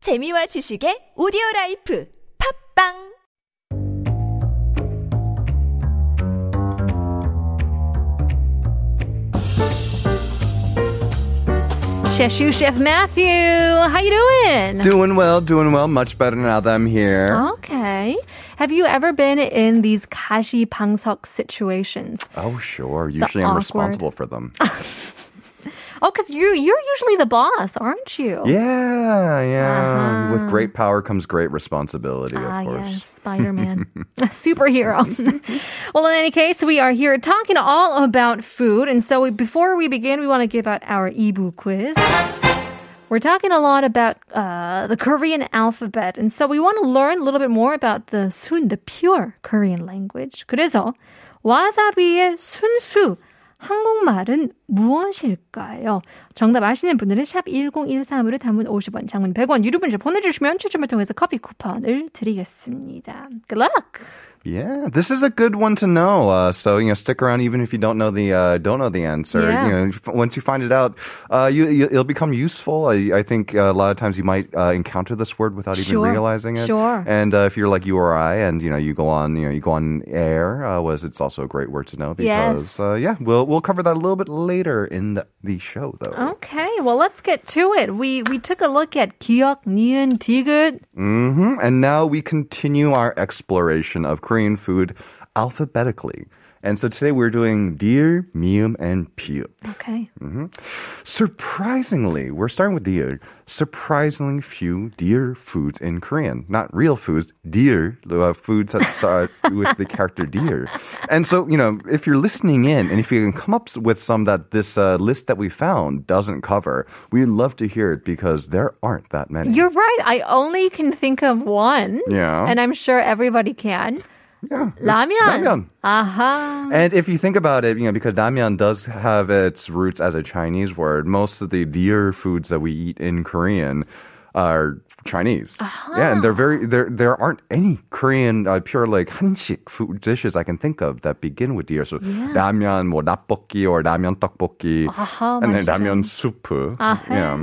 재미와 지식의 오디오 라이프 팝빵 Chef Shoe Chef Matthew, how you doing? Doing well, doing well. Much better now that I'm here. Oh. Okay. Have you ever been in these kashi pangsok situations? Oh, sure. Usually I'm awkward- responsible for them. Oh, because you're you're usually the boss, aren't you? yeah, yeah. With great power comes great responsibility, of Uh-huh. Ah, course. yes, Spider Man. Superhero. well, in any case, we are here talking all about food. And so we, before we begin, we want to give out our Ibu quiz. We're talking a lot about uh, the Korean alphabet. And so we want to learn a little bit more about the Sun, the pure Korean language. 그래서 와사비의 순수. 한국말은 무엇일까요? 정답 아시는 분들은 샵 1013으로 담은 50원, 장문 100원, 유료 문자 보내주시면 추첨을 통해서 커피 쿠폰을 드리겠습니다. Good luck! Yeah, this is a good one to know. Uh, so you know, stick around even if you don't know the uh, don't know the answer. Yeah. You know, f- once you find it out, uh, you, you it'll become useful. I, I think uh, a lot of times you might uh, encounter this word without even Sure, realizing it. sure. And uh, if you're like you or I, and you know, you go on, you know, you go on air, uh, was it's also a great word to know because Yes. uh, yeah, we'll we'll cover that a little bit later in the, the show though. Okay, well, let's get to it. We we took a look at 기억, 니은, 디귿. hmm And now we continue our exploration of Korean food alphabetically. And so today we're doing deer, mium, and piu. Okay. Surprisingly, we're starting with deer. Surprisingly few deer foods in Korean. Not real foods, deer uh, foods that start with the character deer. And so, you know, if you're listening in and if you can come up with some that this uh, list that we found doesn't cover, we'd love to hear it because there aren't that many. You're right. I only can think of one. Yeah. And I'm sure everybody can. Uh-huh. yeah. 라면. 라면. Aha. And if you think about it, you know, because ramyeon does have its roots as a Chinese word, most of the deer foods that we eat in Korean are Chinese. Uh-huh. Yeah, and they're very there. There aren't any Korean uh, pure like 한식 food dishes I can think of that begin with deer. So ramyeon, 뭐 라볶이 or ramyeon 떡볶이, 아하, and then 맛있죠. ramyeon soup. Yeah. Uh-huh.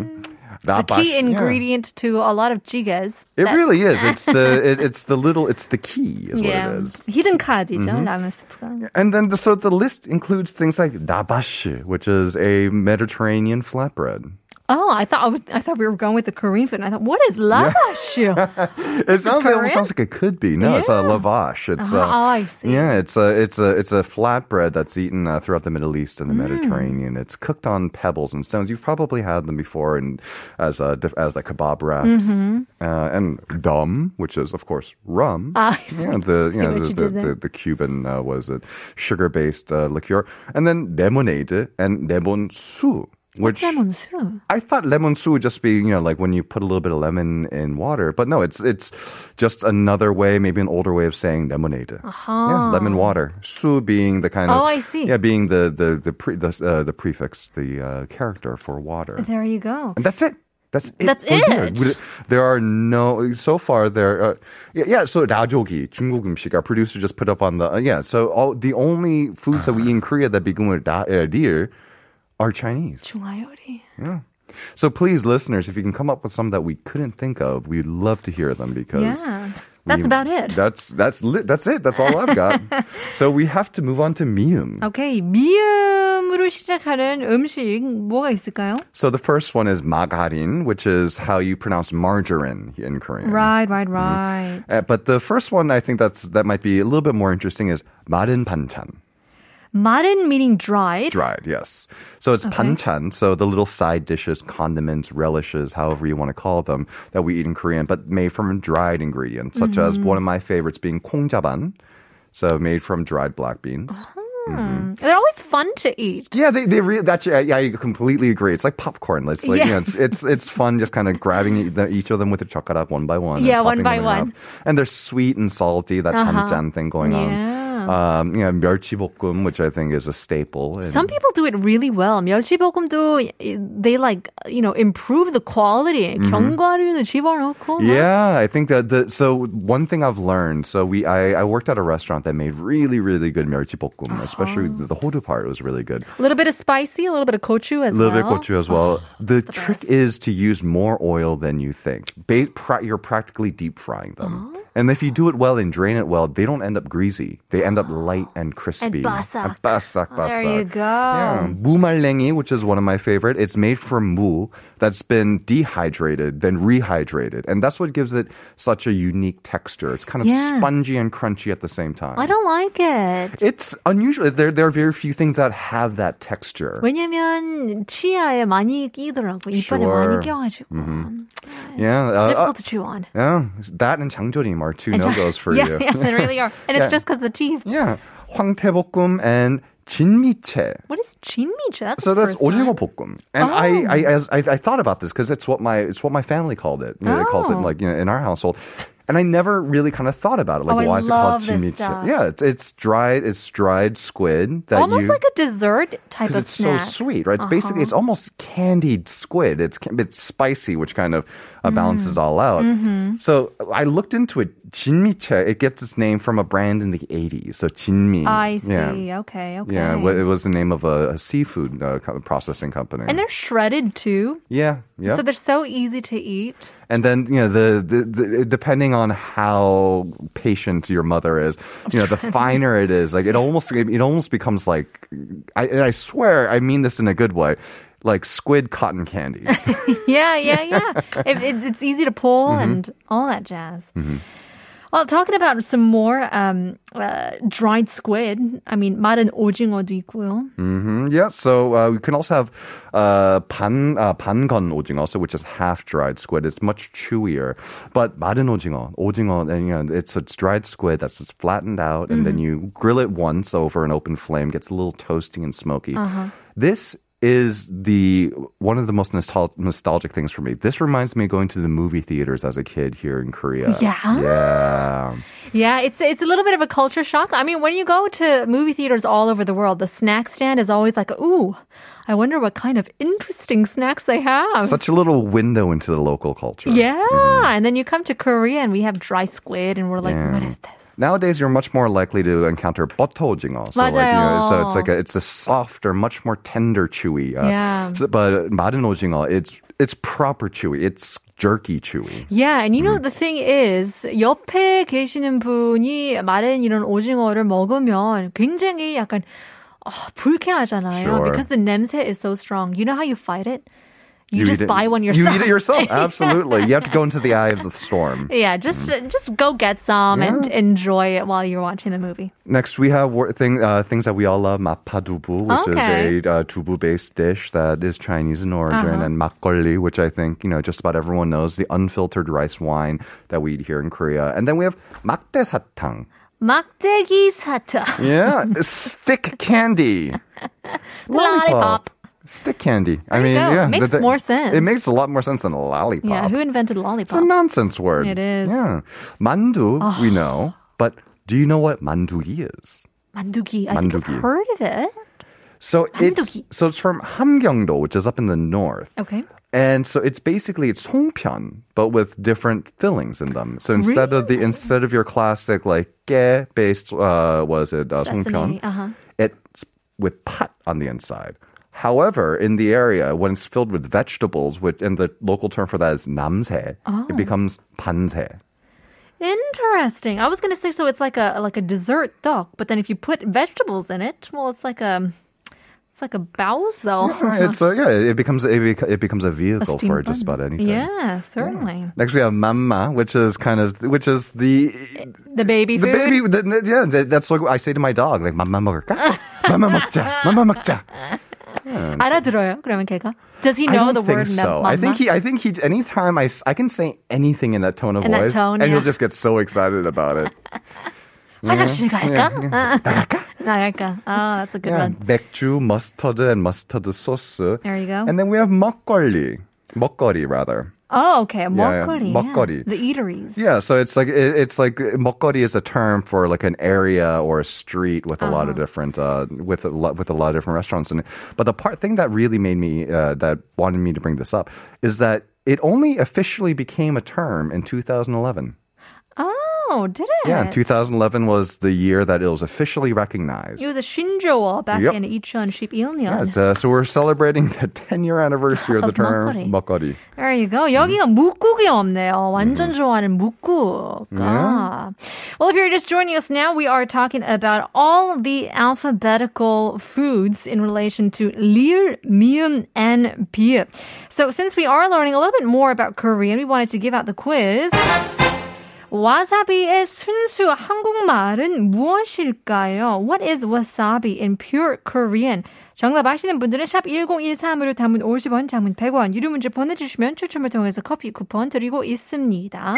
The key ingredient. ingredient to a lot of jigas. It that- really is. It's the it, it's the little it's the key is what Yeah. it is. Mm-hmm. Hidden card이죠, 라면 스프가. And then the, so the list includes things like dabashi, which is a Mediterranean flatbread. Oh, I thought I, was, I thought we were going with the Korean food. And I thought, what is lavash? It sounds it almost Korean? sounds like it could be. No, it's a lavash. It's Ah, uh, oh, I see. Yeah, it's a it's a it's a flatbread that's eaten uh, throughout the Middle East and the Mm. Mediterranean. It's cooked on pebbles and stones. You've probably had them before, and as a diff- as like kebab wraps Mm-hmm. uh, and dum, which is of course rum. Ah, I see. Yeah, the you know, what the, you the, did there. the, the Cuban uh, was it sugar based uh, liqueur, and then lemonade and lemon su, which Lemon soup. I thought lemon su would just be you know like when you put a little bit of lemon in water, but no, it's it's just another way, maybe an older way of saying lemonade. Yeah, lemon water. Su being the kind of Uh-huh. Oh, I see. Yeah, being the the the pre, the, uh, the prefix, the uh, character for water. There you go. And that's it. That's it. That's for beer. it. We- There are no so far. There, uh, yeah, yeah. So dajogi, 중국 음식. Our producer just put up on the uh, yeah. So all the only foods that we eat in Korea that begin with da, uh, deer are Chinese. 중화요리. So please, listeners, if you can come up with some that we couldn't think of, we'd love to hear them because. Yeah. That's we- about it. That's that's li- that's it. That's all I've got. so we have to move on to mium. 오케이. 미음으로 시작하는 음식 뭐가 있을까요? So the first one is magarin, which is how you pronounce margarine in Korean. Right, right, right. Uh, but the first one I think that's that might be a little bit more interesting is marin panchan. 마른 meaning dried. Dried, yes. So it's panchan, so the little side dishes, condiments, relishes, however you want to call them, that we eat in Korean, but made from dried ingredients, such as one of my favorites being kongjaban, so made from dried black beans. Mm. They're always fun to eat. Yeah, they they re- that's yeah, yeah, I completely agree. It's like popcorn. It's like Yeah. yeah, it's, it's it's fun just kind of grabbing e- the- each of them with a chocolate one by one. and Yeah, one popping by them in and one. out. And they're sweet and salty. That uh thing going on. Yeah. Um, you know, 멸치볶음, which I think is a staple. in- Some people do it really well. 멸치볶음도 they like you know improve the quality. 견과류도 집어넣고. 막. Mm-hmm. Yeah, I think that the so one thing I've learned. So we I, I worked at a restaurant that made really really good 멸치볶음, especially Oh. the, the hodu part was really good. A little bit of spicy, a little bit of gochu as A little well. oh, bit of gochu as well. the trick is to use more oil than you think. Ba- pra- you're practically deep frying them. Oh. And if you do it well and drain it well, they don't end up greasy. They end up light and crispy. basak. basak, basak. There you go. Yeah. Um, 무말랭이, which is one of my favorite. It's made from mu that's been dehydrated, then rehydrated. And that's what gives it such a unique texture. It's kind of Yeah. spongy and crunchy at the same time. I don't like it. it's unusual. There, there are very few things that have that texture. 왜냐면 치아에 많이 끼더라고 이빨에 Sure. 많이 껴가지고 yeah. uh, uh, difficult to chew on. Yeah, that and 장조림 are two no-goes for yeah, you. yeah, they really are, and it's Yeah. just because the teeth. yeah. 황태볶음 and 진미채. What is chinmiche? That's So the that's first time. 오징어 볶음, and I, Oh. I, as, I, I thought about this because it's what my, it's what my family called it. You know, They calls it Oh. like you know in our household, and I never really kind of thought about it. Like Oh, I why is it called love this 진미채? stuff. Yeah, it's, it's dried, it's dried squid that Almost you. like a dessert type because of it's snack. Uh-huh. so sweet, right? It's basically it's almost candied squid. It's ca- it's spicy, which kind of uh, balances Mm. all out. Mm-hmm. So I looked into it. Jinmiche, it gets its name from a brand in the '80s. So Jinmi. I Yeah, see. Okay. Okay. yeah wa- it was the name of a, a seafood uh, co- processing company. and they're shredded too, yeah, yeah. so they're so easy to eat. and then you know the, the, the depending on how patient your mother is, you know the finer it is, like it almost it almost becomes like, I, and I swear I mean this in a good way, like squid cotton candy. Yeah, yeah, yeah. it, it, it's easy to pull Mm-hmm. and all that jazz. Well, talking about some more um, uh, dried squid. I mean, 마른 오징어도 있고요. Mm, yeah, so uh, we can also have uh, pan uh, pangon 오징어, so which is half dried squid. It's much chewier, but 마른 오징어, 오징어, and uh, you know, it's it's dried squid that's just flattened out, and then you grill it once over an open flame, gets a little toasty and smoky. This is the one of the most nostal- nostalgic things for me. This reminds me of going to the movie theaters as a kid here in Korea. Yeah? yeah. Yeah, it's it's a little bit of a culture shock. I mean, when you go to movie theaters all over the world, the snack stand is always like, "Ooh, I wonder what kind of interesting snacks they have." Such a little window into the local culture. yeah, and then you come to Korea and we have dry squid, and we're like, Mm. Yeah. "What is this?" Nowadays, you're much more likely to encounter butter o징어. So, like, you know, so it's like a, it's a softer, much more tender, chewy. Uh, Yeah. so- but 마른 오징어, it's it's proper chewy. It's jerky chewy. Yeah, and you know Mm-hmm. the thing is, 옆에 계시는 분이 마른 이런 오징어를 먹으면 굉장히 약간 아, 불쾌하잖아요. Sure. Because the 냄새 is so strong. You know how you fight it? You, just eat it- buy one yourself. You eat it yourself. Absolutely. You have to go into the eye of the storm. Yeah, just just go get some and enjoy it while you're watching the movie. Next, we have wor- thing, uh, things that we all love, mapadubu, which Okay. Uh-huh. is a uh, tubu-based dish that is Chinese in origin, and makgeolli, which I think you know just about everyone knows, the unfiltered rice wine that we eat here in Korea. And then we have makdae satang. 막대기 사타. Yeah, stick candy. Lollipop. Stick candy. I mean, you go. yeah, It makes more sense. It makes a lot more sense than lollipop. Yeah, who invented it's a lollipop? nonsense word. It is. Ah. Yeah, mandu we know, but do you know what mandugi is? 만두기. I think I've 만두기. heard of it. So it's 만두기. so it's from Hamgyeongdo, which is up in the north. Okay. And so it's basically it's songpyeon, but with different fillings in them. So instead of the instead of your classic like ge based uh was it uh, Sesame, songpyeon, uh-huh. it's with pot on the inside. However, in the area when it's filled with vegetables, which and the local term for that is namse, Oh. it becomes panse. Uh-huh. Interesting. I was gonna say so it's like a like a dessert dog, but then if you put vegetables in it, well, it's like a it's like a baozo. it's a, yeah, it becomes it, bec- it becomes a vehicle for steampunk. just about anything. yeah, certainly. Next we have mamma, which is kind of which is the The baby the food. baby. The, yeah, that- that's like I say to my dog, like mamma 먹을까? mamma 먹자, mamma 먹자. 알아들어요? 그러면 걔가? Does he I know don't the think word so. I think he. I think he. Anytime I, s- I can say anything in that tone of In that voice, tone, and yeah. he'll just get so excited about it. 화장실 갈까? 나갈까? Oh, that's a good yeah, one. 맥주, mustard, and mustard sauce. There you go. And then we have 먹거리, 먹거리 rather. Oh, okay. 먹거리. yeah. 먹거리. The eateries. Yeah, so it's like it, it's like mokori is a term for like an area or a street with a lot of different uh, with a lot with a lot of different restaurants in it. But the part thing that really made me uh, that wanted me to bring this up is that it only officially became a term in 2011. Oh, did it? Yeah, 2011 was the year that it was officially recognized. It was a Shinjoa back Yep. in 2011. Yeah, it's, uh, so we're celebrating the 10 year anniversary of the Of term mokori. There you go. 여기가 묵국이 없네요. 완전 좋아하는 묵국. 아. Well, if you're just joining us now, we are talking about all the alphabetical foods in relation to lir, mium, and 비읍. So since we are learning a little bit more about Korean, we wanted to give out the quiz. 와사비의 순수 한국말은 무엇일까요? What is wasabi in pure Korean? 정답 아시는 분들은 샵 1013으로 담은 50원, 장문 100원, 유료 문제 보내주시면 추첨을 통해서 커피 쿠폰 드리고 있습니다.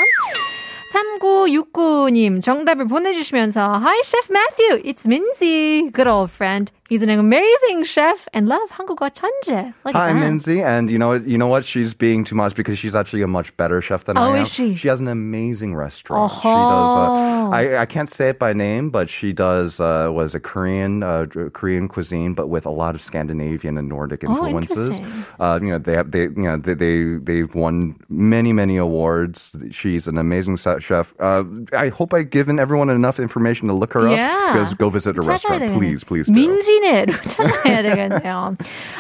3969님 정답을 보내주시면서 Hi Chef Matthew, it's Minzy, good old friend. He's an amazing chef and love 한국어 천재. Look at Hi, that. Minzy, and you know what? You know what? She's being too much because she's actually a much better chef than Oh, I am. is she? She has an amazing restaurant. She does. Oh. Uh, I I can't say it by name, but she does uh, was a Korean uh, dr- Korean cuisine, but with a lot of Scandinavian and Nordic influences. Oh, interesting. uh, you know, they have they you know they, they they've won many many awards. She's an amazing se- chef. Uh, I hope I've given everyone enough information to look her Yeah. up. Because go visit her 찾아야 restaurant, 되겠네. please, please. do. 민지네로 찾아야 되겠네요.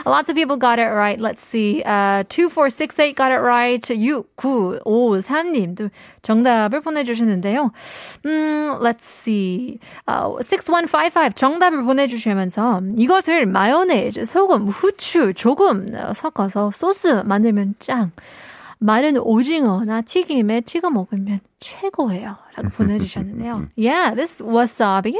Lots of people got it right. Let's see. Uh, 2468 got it right. 6953님도 정답을 보내주셨는데요. 음, let's see. Uh, 6155 정답을 보내주시면서 이것을 마요네즈, 소금, 후추 조금 섞어서 소스 만들면 짱. 마른 오징어나 튀김에 찍어 먹으면 최고예요. 라고 보내주셨는데요. yeah, this wasabi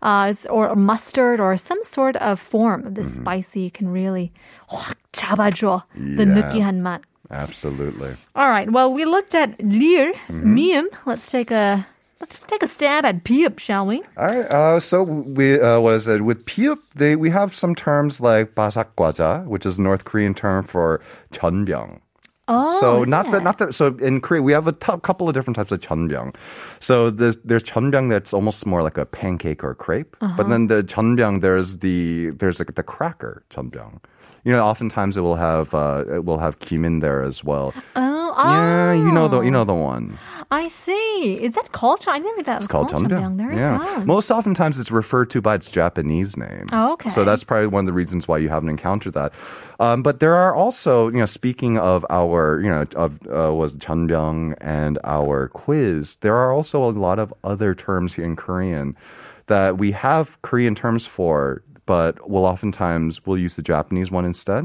uh, is- or mustard or some sort of form of Mm-hmm. this spicy can really 확 잡아줘. The Yeah. 느끼한 맛. Absolutely. All right. Well, we looked at lir, Mm-hmm. mium. Let's take a let's take a stab at biub, shall we? All right. Uh, so we uh, was it with piup? They we have some terms like basakgwaja, which is North Korean term for chunbyung. Oh, so is not it? that not that. So in Korea we have a tou- couple of different types of chunbyung. So there's there's chunbyung that's almost more like a pancake or crepe, Uh-huh. but then the chunbyung there's the there's like the cracker chunbyung. You know, oftentimes it will have uh, it will have kim in there as well. Oh, Yeah, you know oh, the you know the one. I see. Is that culture? I never thought it was It's called culture. Jeonbyeong. There Yeah. you go. Most oftentimes it's referred to by its Japanese name. Oh, okay. So that's probably one of the reasons why you haven't encountered that. Um, but there are also, you know, speaking of our, you know, of uh, was Jeonbyeong and our quiz, there are also a lot of other terms in Korean that we have Korean terms for. But we'll oftentimes we'll use the Japanese one instead.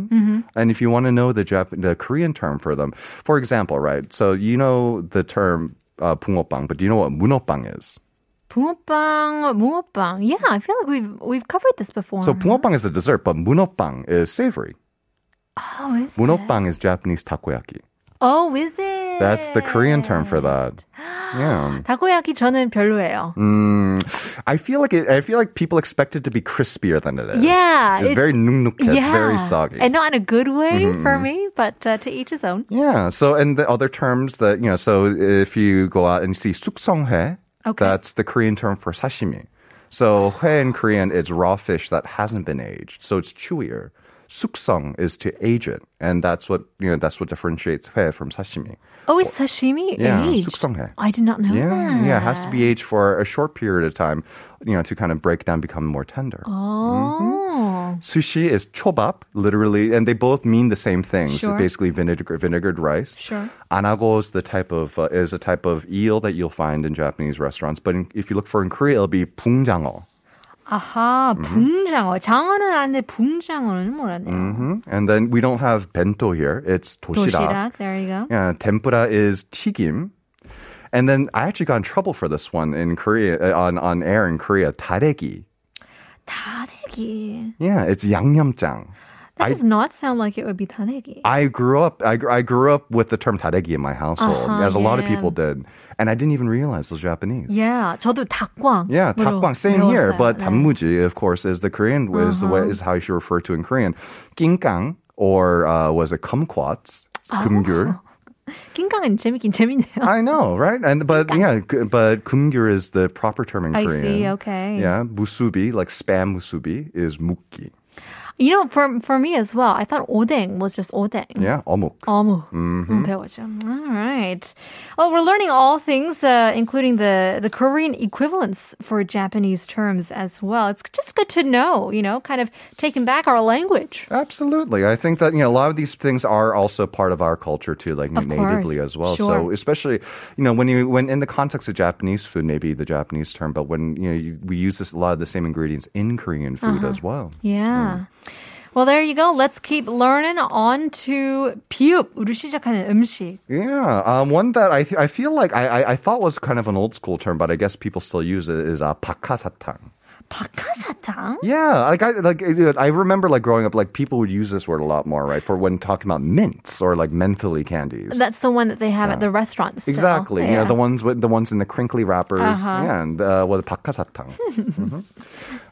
And if you want to know the Jap- the Korean term for them, for example, right? So you know the term uh, 붕어빵, but do you know what 문어빵 is? 붕어빵, 무어빵. Yeah, I feel like we've we've covered this before. So 붕어빵 is a dessert, but 문어빵 is savory. oh, is it? 문어빵 is Japanese takoyaki. Oh, is it? That's the Korean term for that. Yeah. 다고야키 저는 별로예요. Mm, I feel like it, I feel like people expect it to be crispier than it is. Yeah, it's, it's- very nuknuk. It's very soggy. Mm-hmm, and not in a good way for me, but uh, to each his own. yeah. So and the other terms that you know. So if you go out and you see suksonghae, Okay. that's the Korean term for sashimi. So hae in Korean it's raw fish that hasn't been aged, so it's chewier. Suksong is to age it, and that's what you know. That's what differentiates hae from sashimi. Oh, it's sashimi Yeah, aged. 숙성해. I did not know Yeah, that. yeah, it has to be Ah. aged for a short period of time, you know, to kind of break down, become more tender. Mm-hmm. Oh, Sushi is chobap, literally, and they both mean the same thing. Sure. So basically, vinegar, vinegared rice. Sure. Anago is the type of uh, is a type of eel that you'll find in Japanese restaurants, but in, if you look for in Korea, it'll be pungjangeo. 아하, Mm-hmm. 붕장어. 장어는 아는데 붕장어는 몰랐네요. hmm And then we don't have bento here; it's toshira. 도시락, there you go. Yeah, tempura is tigim. And then I actually got in trouble for this one in Korea uh, on on air in Korea. Taregi. 다대기. Yeah, it's yangnyeomjang. That I- does not sound like it would be 다대기. I grew up. I, gr- I grew up with the term taregi in my household, Uh-huh, as a lot of yeah. people did, and I didn't even realize it was Japanese. yeah, 저도 닭광. Yeah, takbang, same here. But 단무ji, of course, is the Korean is the way Uh-huh. is how you should refer to in Oh. Korean. Ginkang or uh, was it kumquats? Kumgyur. 낑깡은 재밌긴 재밌네요. I know, right? And but yeah, g- but kumgyur is the proper term in I Korean. see, okay. Yeah, musubi, like spam musubi, is mukki. You know, for for me as well, I thought odeng was just odeng. Yeah, Mm-hmm. omuk. 어묵 음, 배워죠. All right. Well, we're learning all things, uh, including the the Korean equivalents for Japanese terms as well. It's just good to know, you know, kind of taking back our language. Absolutely. I think that, you know, a lot of these things are also part of our culture too, like Of natively course. as well. Sure. So especially, you know, when you, when in the context of Japanese food, maybe the Japanese term, but when, you know, you, we use this, a lot of the same ingredients in Korean food Uh-huh. as well. Mm. Yeah. Well, there you go. Let's keep learning on to 비읍으로 시작하는 음식. Yeah. Um, one that I, th- I feel like I, I, I thought was kind of an old school term, but I guess people still use it is uh, pakasatang. 박하사탕? Yeah, like I like it- I remember like growing up, like people would use this word a lot more, right? For when talking about mints or like mentholy candies. That's the one that they have at the restaurants. still. Exactly. Yeah. the ones with the ones in the crinkly wrappers. Uh-huh. Yeah, and uh, well, the pakasatang. Mhm.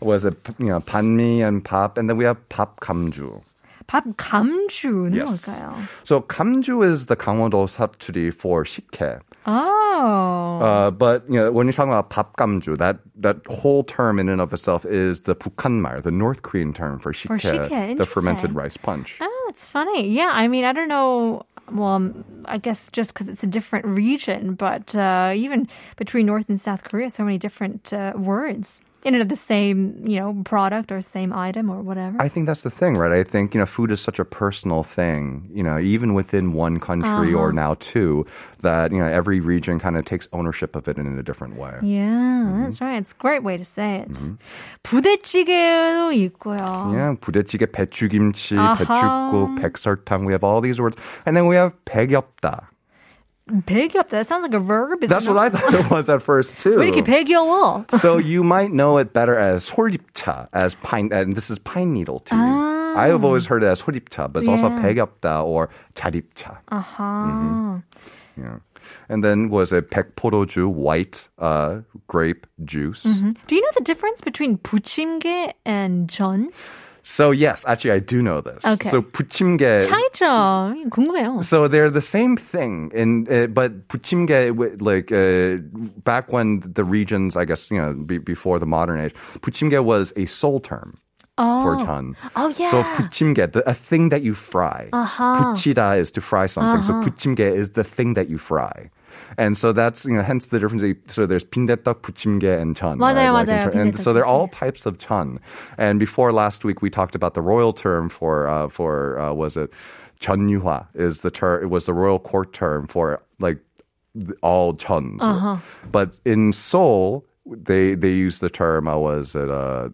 Was it you know panmi and pap, and then we have pap kamju. 밥 감주는 뭘까요? So kamju is the Gangwon-do saturi for shikke. Oh. Uh, but you know, when you're talking about pap kamju, that that whole term in and of itself is the pukkanmar, the North Korean term for shikke, shikke, the interesting. fermented rice punch. Oh, that's funny. Yeah, I mean, I don't know. Well, um, I guess just because it's a different region, but uh, even between North and South Korea, so many different uh, words in and of the same, you know, product or same item or whatever. I think that's the thing, right? I think, you know, food is such a personal thing, you know, even within one country Uh-huh. or now two, that, you know, every region kind of takes ownership of it in a different way. yeah, Mm-hmm. that's right. It's a great way to say it. 부대찌개도 있고요. Yeah, 부대찌개, 배추김치, 아하. 배추국, 백설탕. We have all these words. And then we have 배겹다. 배기엽다. That sounds like a verb. is Mm-hmm. That's it what Mm-hmm. not? I thought it was at first, too. 왜 이렇게 배기여워? so you might know it better as 솔잎차, as pine, and this is pine needle too. I have always heard it as 솔잎차, but it's also Ah. Yeah. 배겹다 or 자립차. 아하. Yeah. And then was it 백포도주, white uh, grape juice? Do you know the difference between 부침개 and 전? So yes, actually I do know this. Okay. So 부침개. 차이점 궁금해요. So they're the same thing, in, uh, but 부침개, wi- like uh, back when the regions, I guess you know, be, before the modern age, 부침개 was a soul term for ton. Oh, So yeah. 부침개, the, a thing that you fry. Uh-huh. 부치다 is to fry something. So 부침개 is the thing that you fry. And so that's you know hence the difference. So there's 빈대떡, 부침개, and chun. 맞아요, right? in 맞아요. ter- and 빈대떡 so they're all types of chun. And before last week, we talked about the royal term for uh, for uh, was it 전유화 is the term. It was the royal court term for like th- all chuns. Uh-huh. But in Seoul, they they use the term. Uh, was it uh,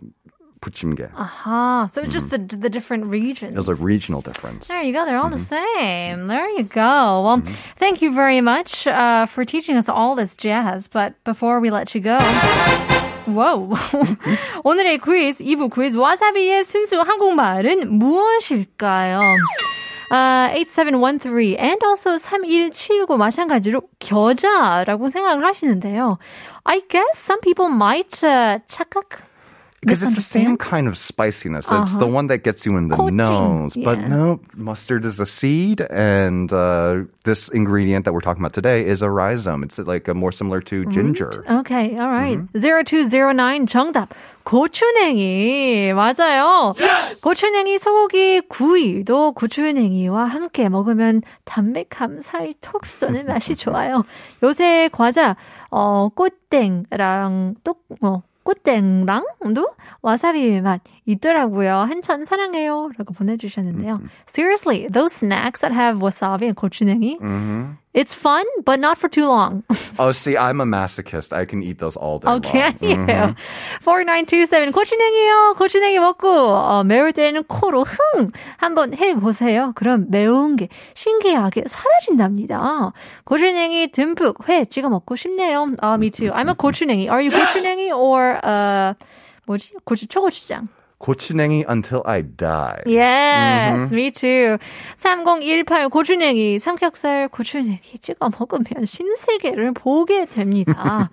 부침개? Ah, so it's just the the different regions. It was a regional difference. there you go. They're all the same. There you go. Well, thank you very much uh, for teaching us all this jazz. But before we let you go. Wow. 오늘의 quiz, 2부 quiz, 와사비의 순수 한국말은 무엇일까요? Uh, 아, 8713 and also 3179 마찬가지로 겨자라고 생각을 하시는데요. I guess some people might uh, 착각 Because it's the misunderstand. same kind of spiciness. It's the one that gets you in the Uh-huh. Coating, nose. But yeah. no, mustard is a seed, and uh, this ingredient that we're talking about today is a rhizome. It's like a more similar to ginger. Okay, all right. 0209 정답. 고추냉이. 맞아요. 고추냉이, 소고기, 구이도 고추냉이와 함께 먹으면 담백함 사이 톡 쏘는 맛이 좋아요. 요새 과자, 어, 꽃땡랑 또, 어, 꽃땡랑도 와사비 맛 있더라고요. 한참 사랑해요. 라고 보내주셨는데요. Seriously, those snacks that have wasabi and 고추냉이, it's fun, but not for too long. Oh, see, I'm a masochist. I can eat those all day 오케이 long. 어, 아니에요. 4927 고추냉이요. 고추냉이 먹고 어, 매울 때는 코로 흥 한번 해보세요. 그럼 매운 게 신기하게 사라진답니다. 고추냉이 듬뿍 회 찍어 먹고 싶네요. 아, me too. I'm a 고추냉이. Are you 고추냉이 or uh, 뭐지? 고추 어, 초고추장. 고추냉이 until I die. Yes, me too. 3018 고추냉이 삼겹살 고추냉이 찍어 먹으면 신세계를 보게 됩니다.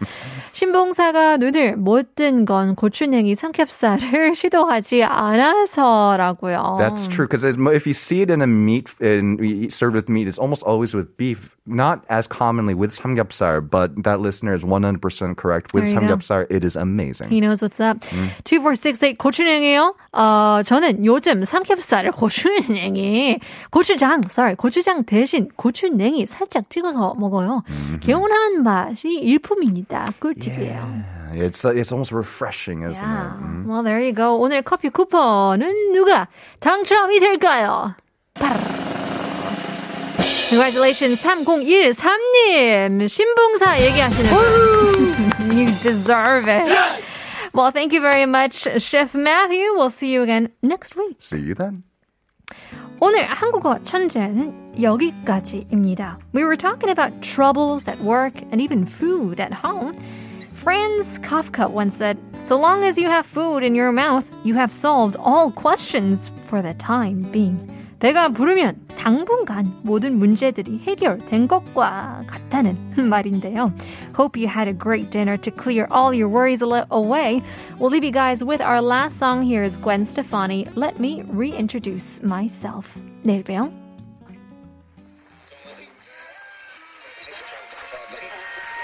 신봉사가 눈을 못 뜬 건 고추냉이 삼겹살을 시도하지 않아서라고요. That's true because if you see it in a meat in we eat- served with meat, it's almost always with beef. Not as commonly with samgyeopsal, but that listener is 100% correct. With There you go. samgyeopsal, it is amazing. He knows what's up. 2468 고추냉이요. 어, 저는 요즘 삼겹살을 고추냉이, 고추장, sorry, 고추장 대신 고추냉이 살짝 찍어서 먹어요. 개운한 맛이 일품입니다. 꿀팁이에요. It's it's almost refreshing, isn't Yeah. it? Mm. Well, there you go. 오늘 커피 쿠폰은 누가 당첨이 될까요? 빠르르. Congratulations, 3013님. 신봉사 얘기하시는 분. You deserve it. Well, thank you very much, Chef Matthew. We'll see you again next week. See you then. 오늘 한국어 천재는 여기까지입니다. We were talking about troubles at work and even food at home. Franz Kafka once said, So long as you have food in your mouth, you have solved all questions for the time being. 배가 부르면 당분간 모든 문제들이 해결된 것과 같다는 말인데요. Hope you had a great dinner to clear all your worries a- away. We'll leave you guys with our last song. Here is Gwen Stefani. Let me reintroduce myself. 내일 봬요. Thank you.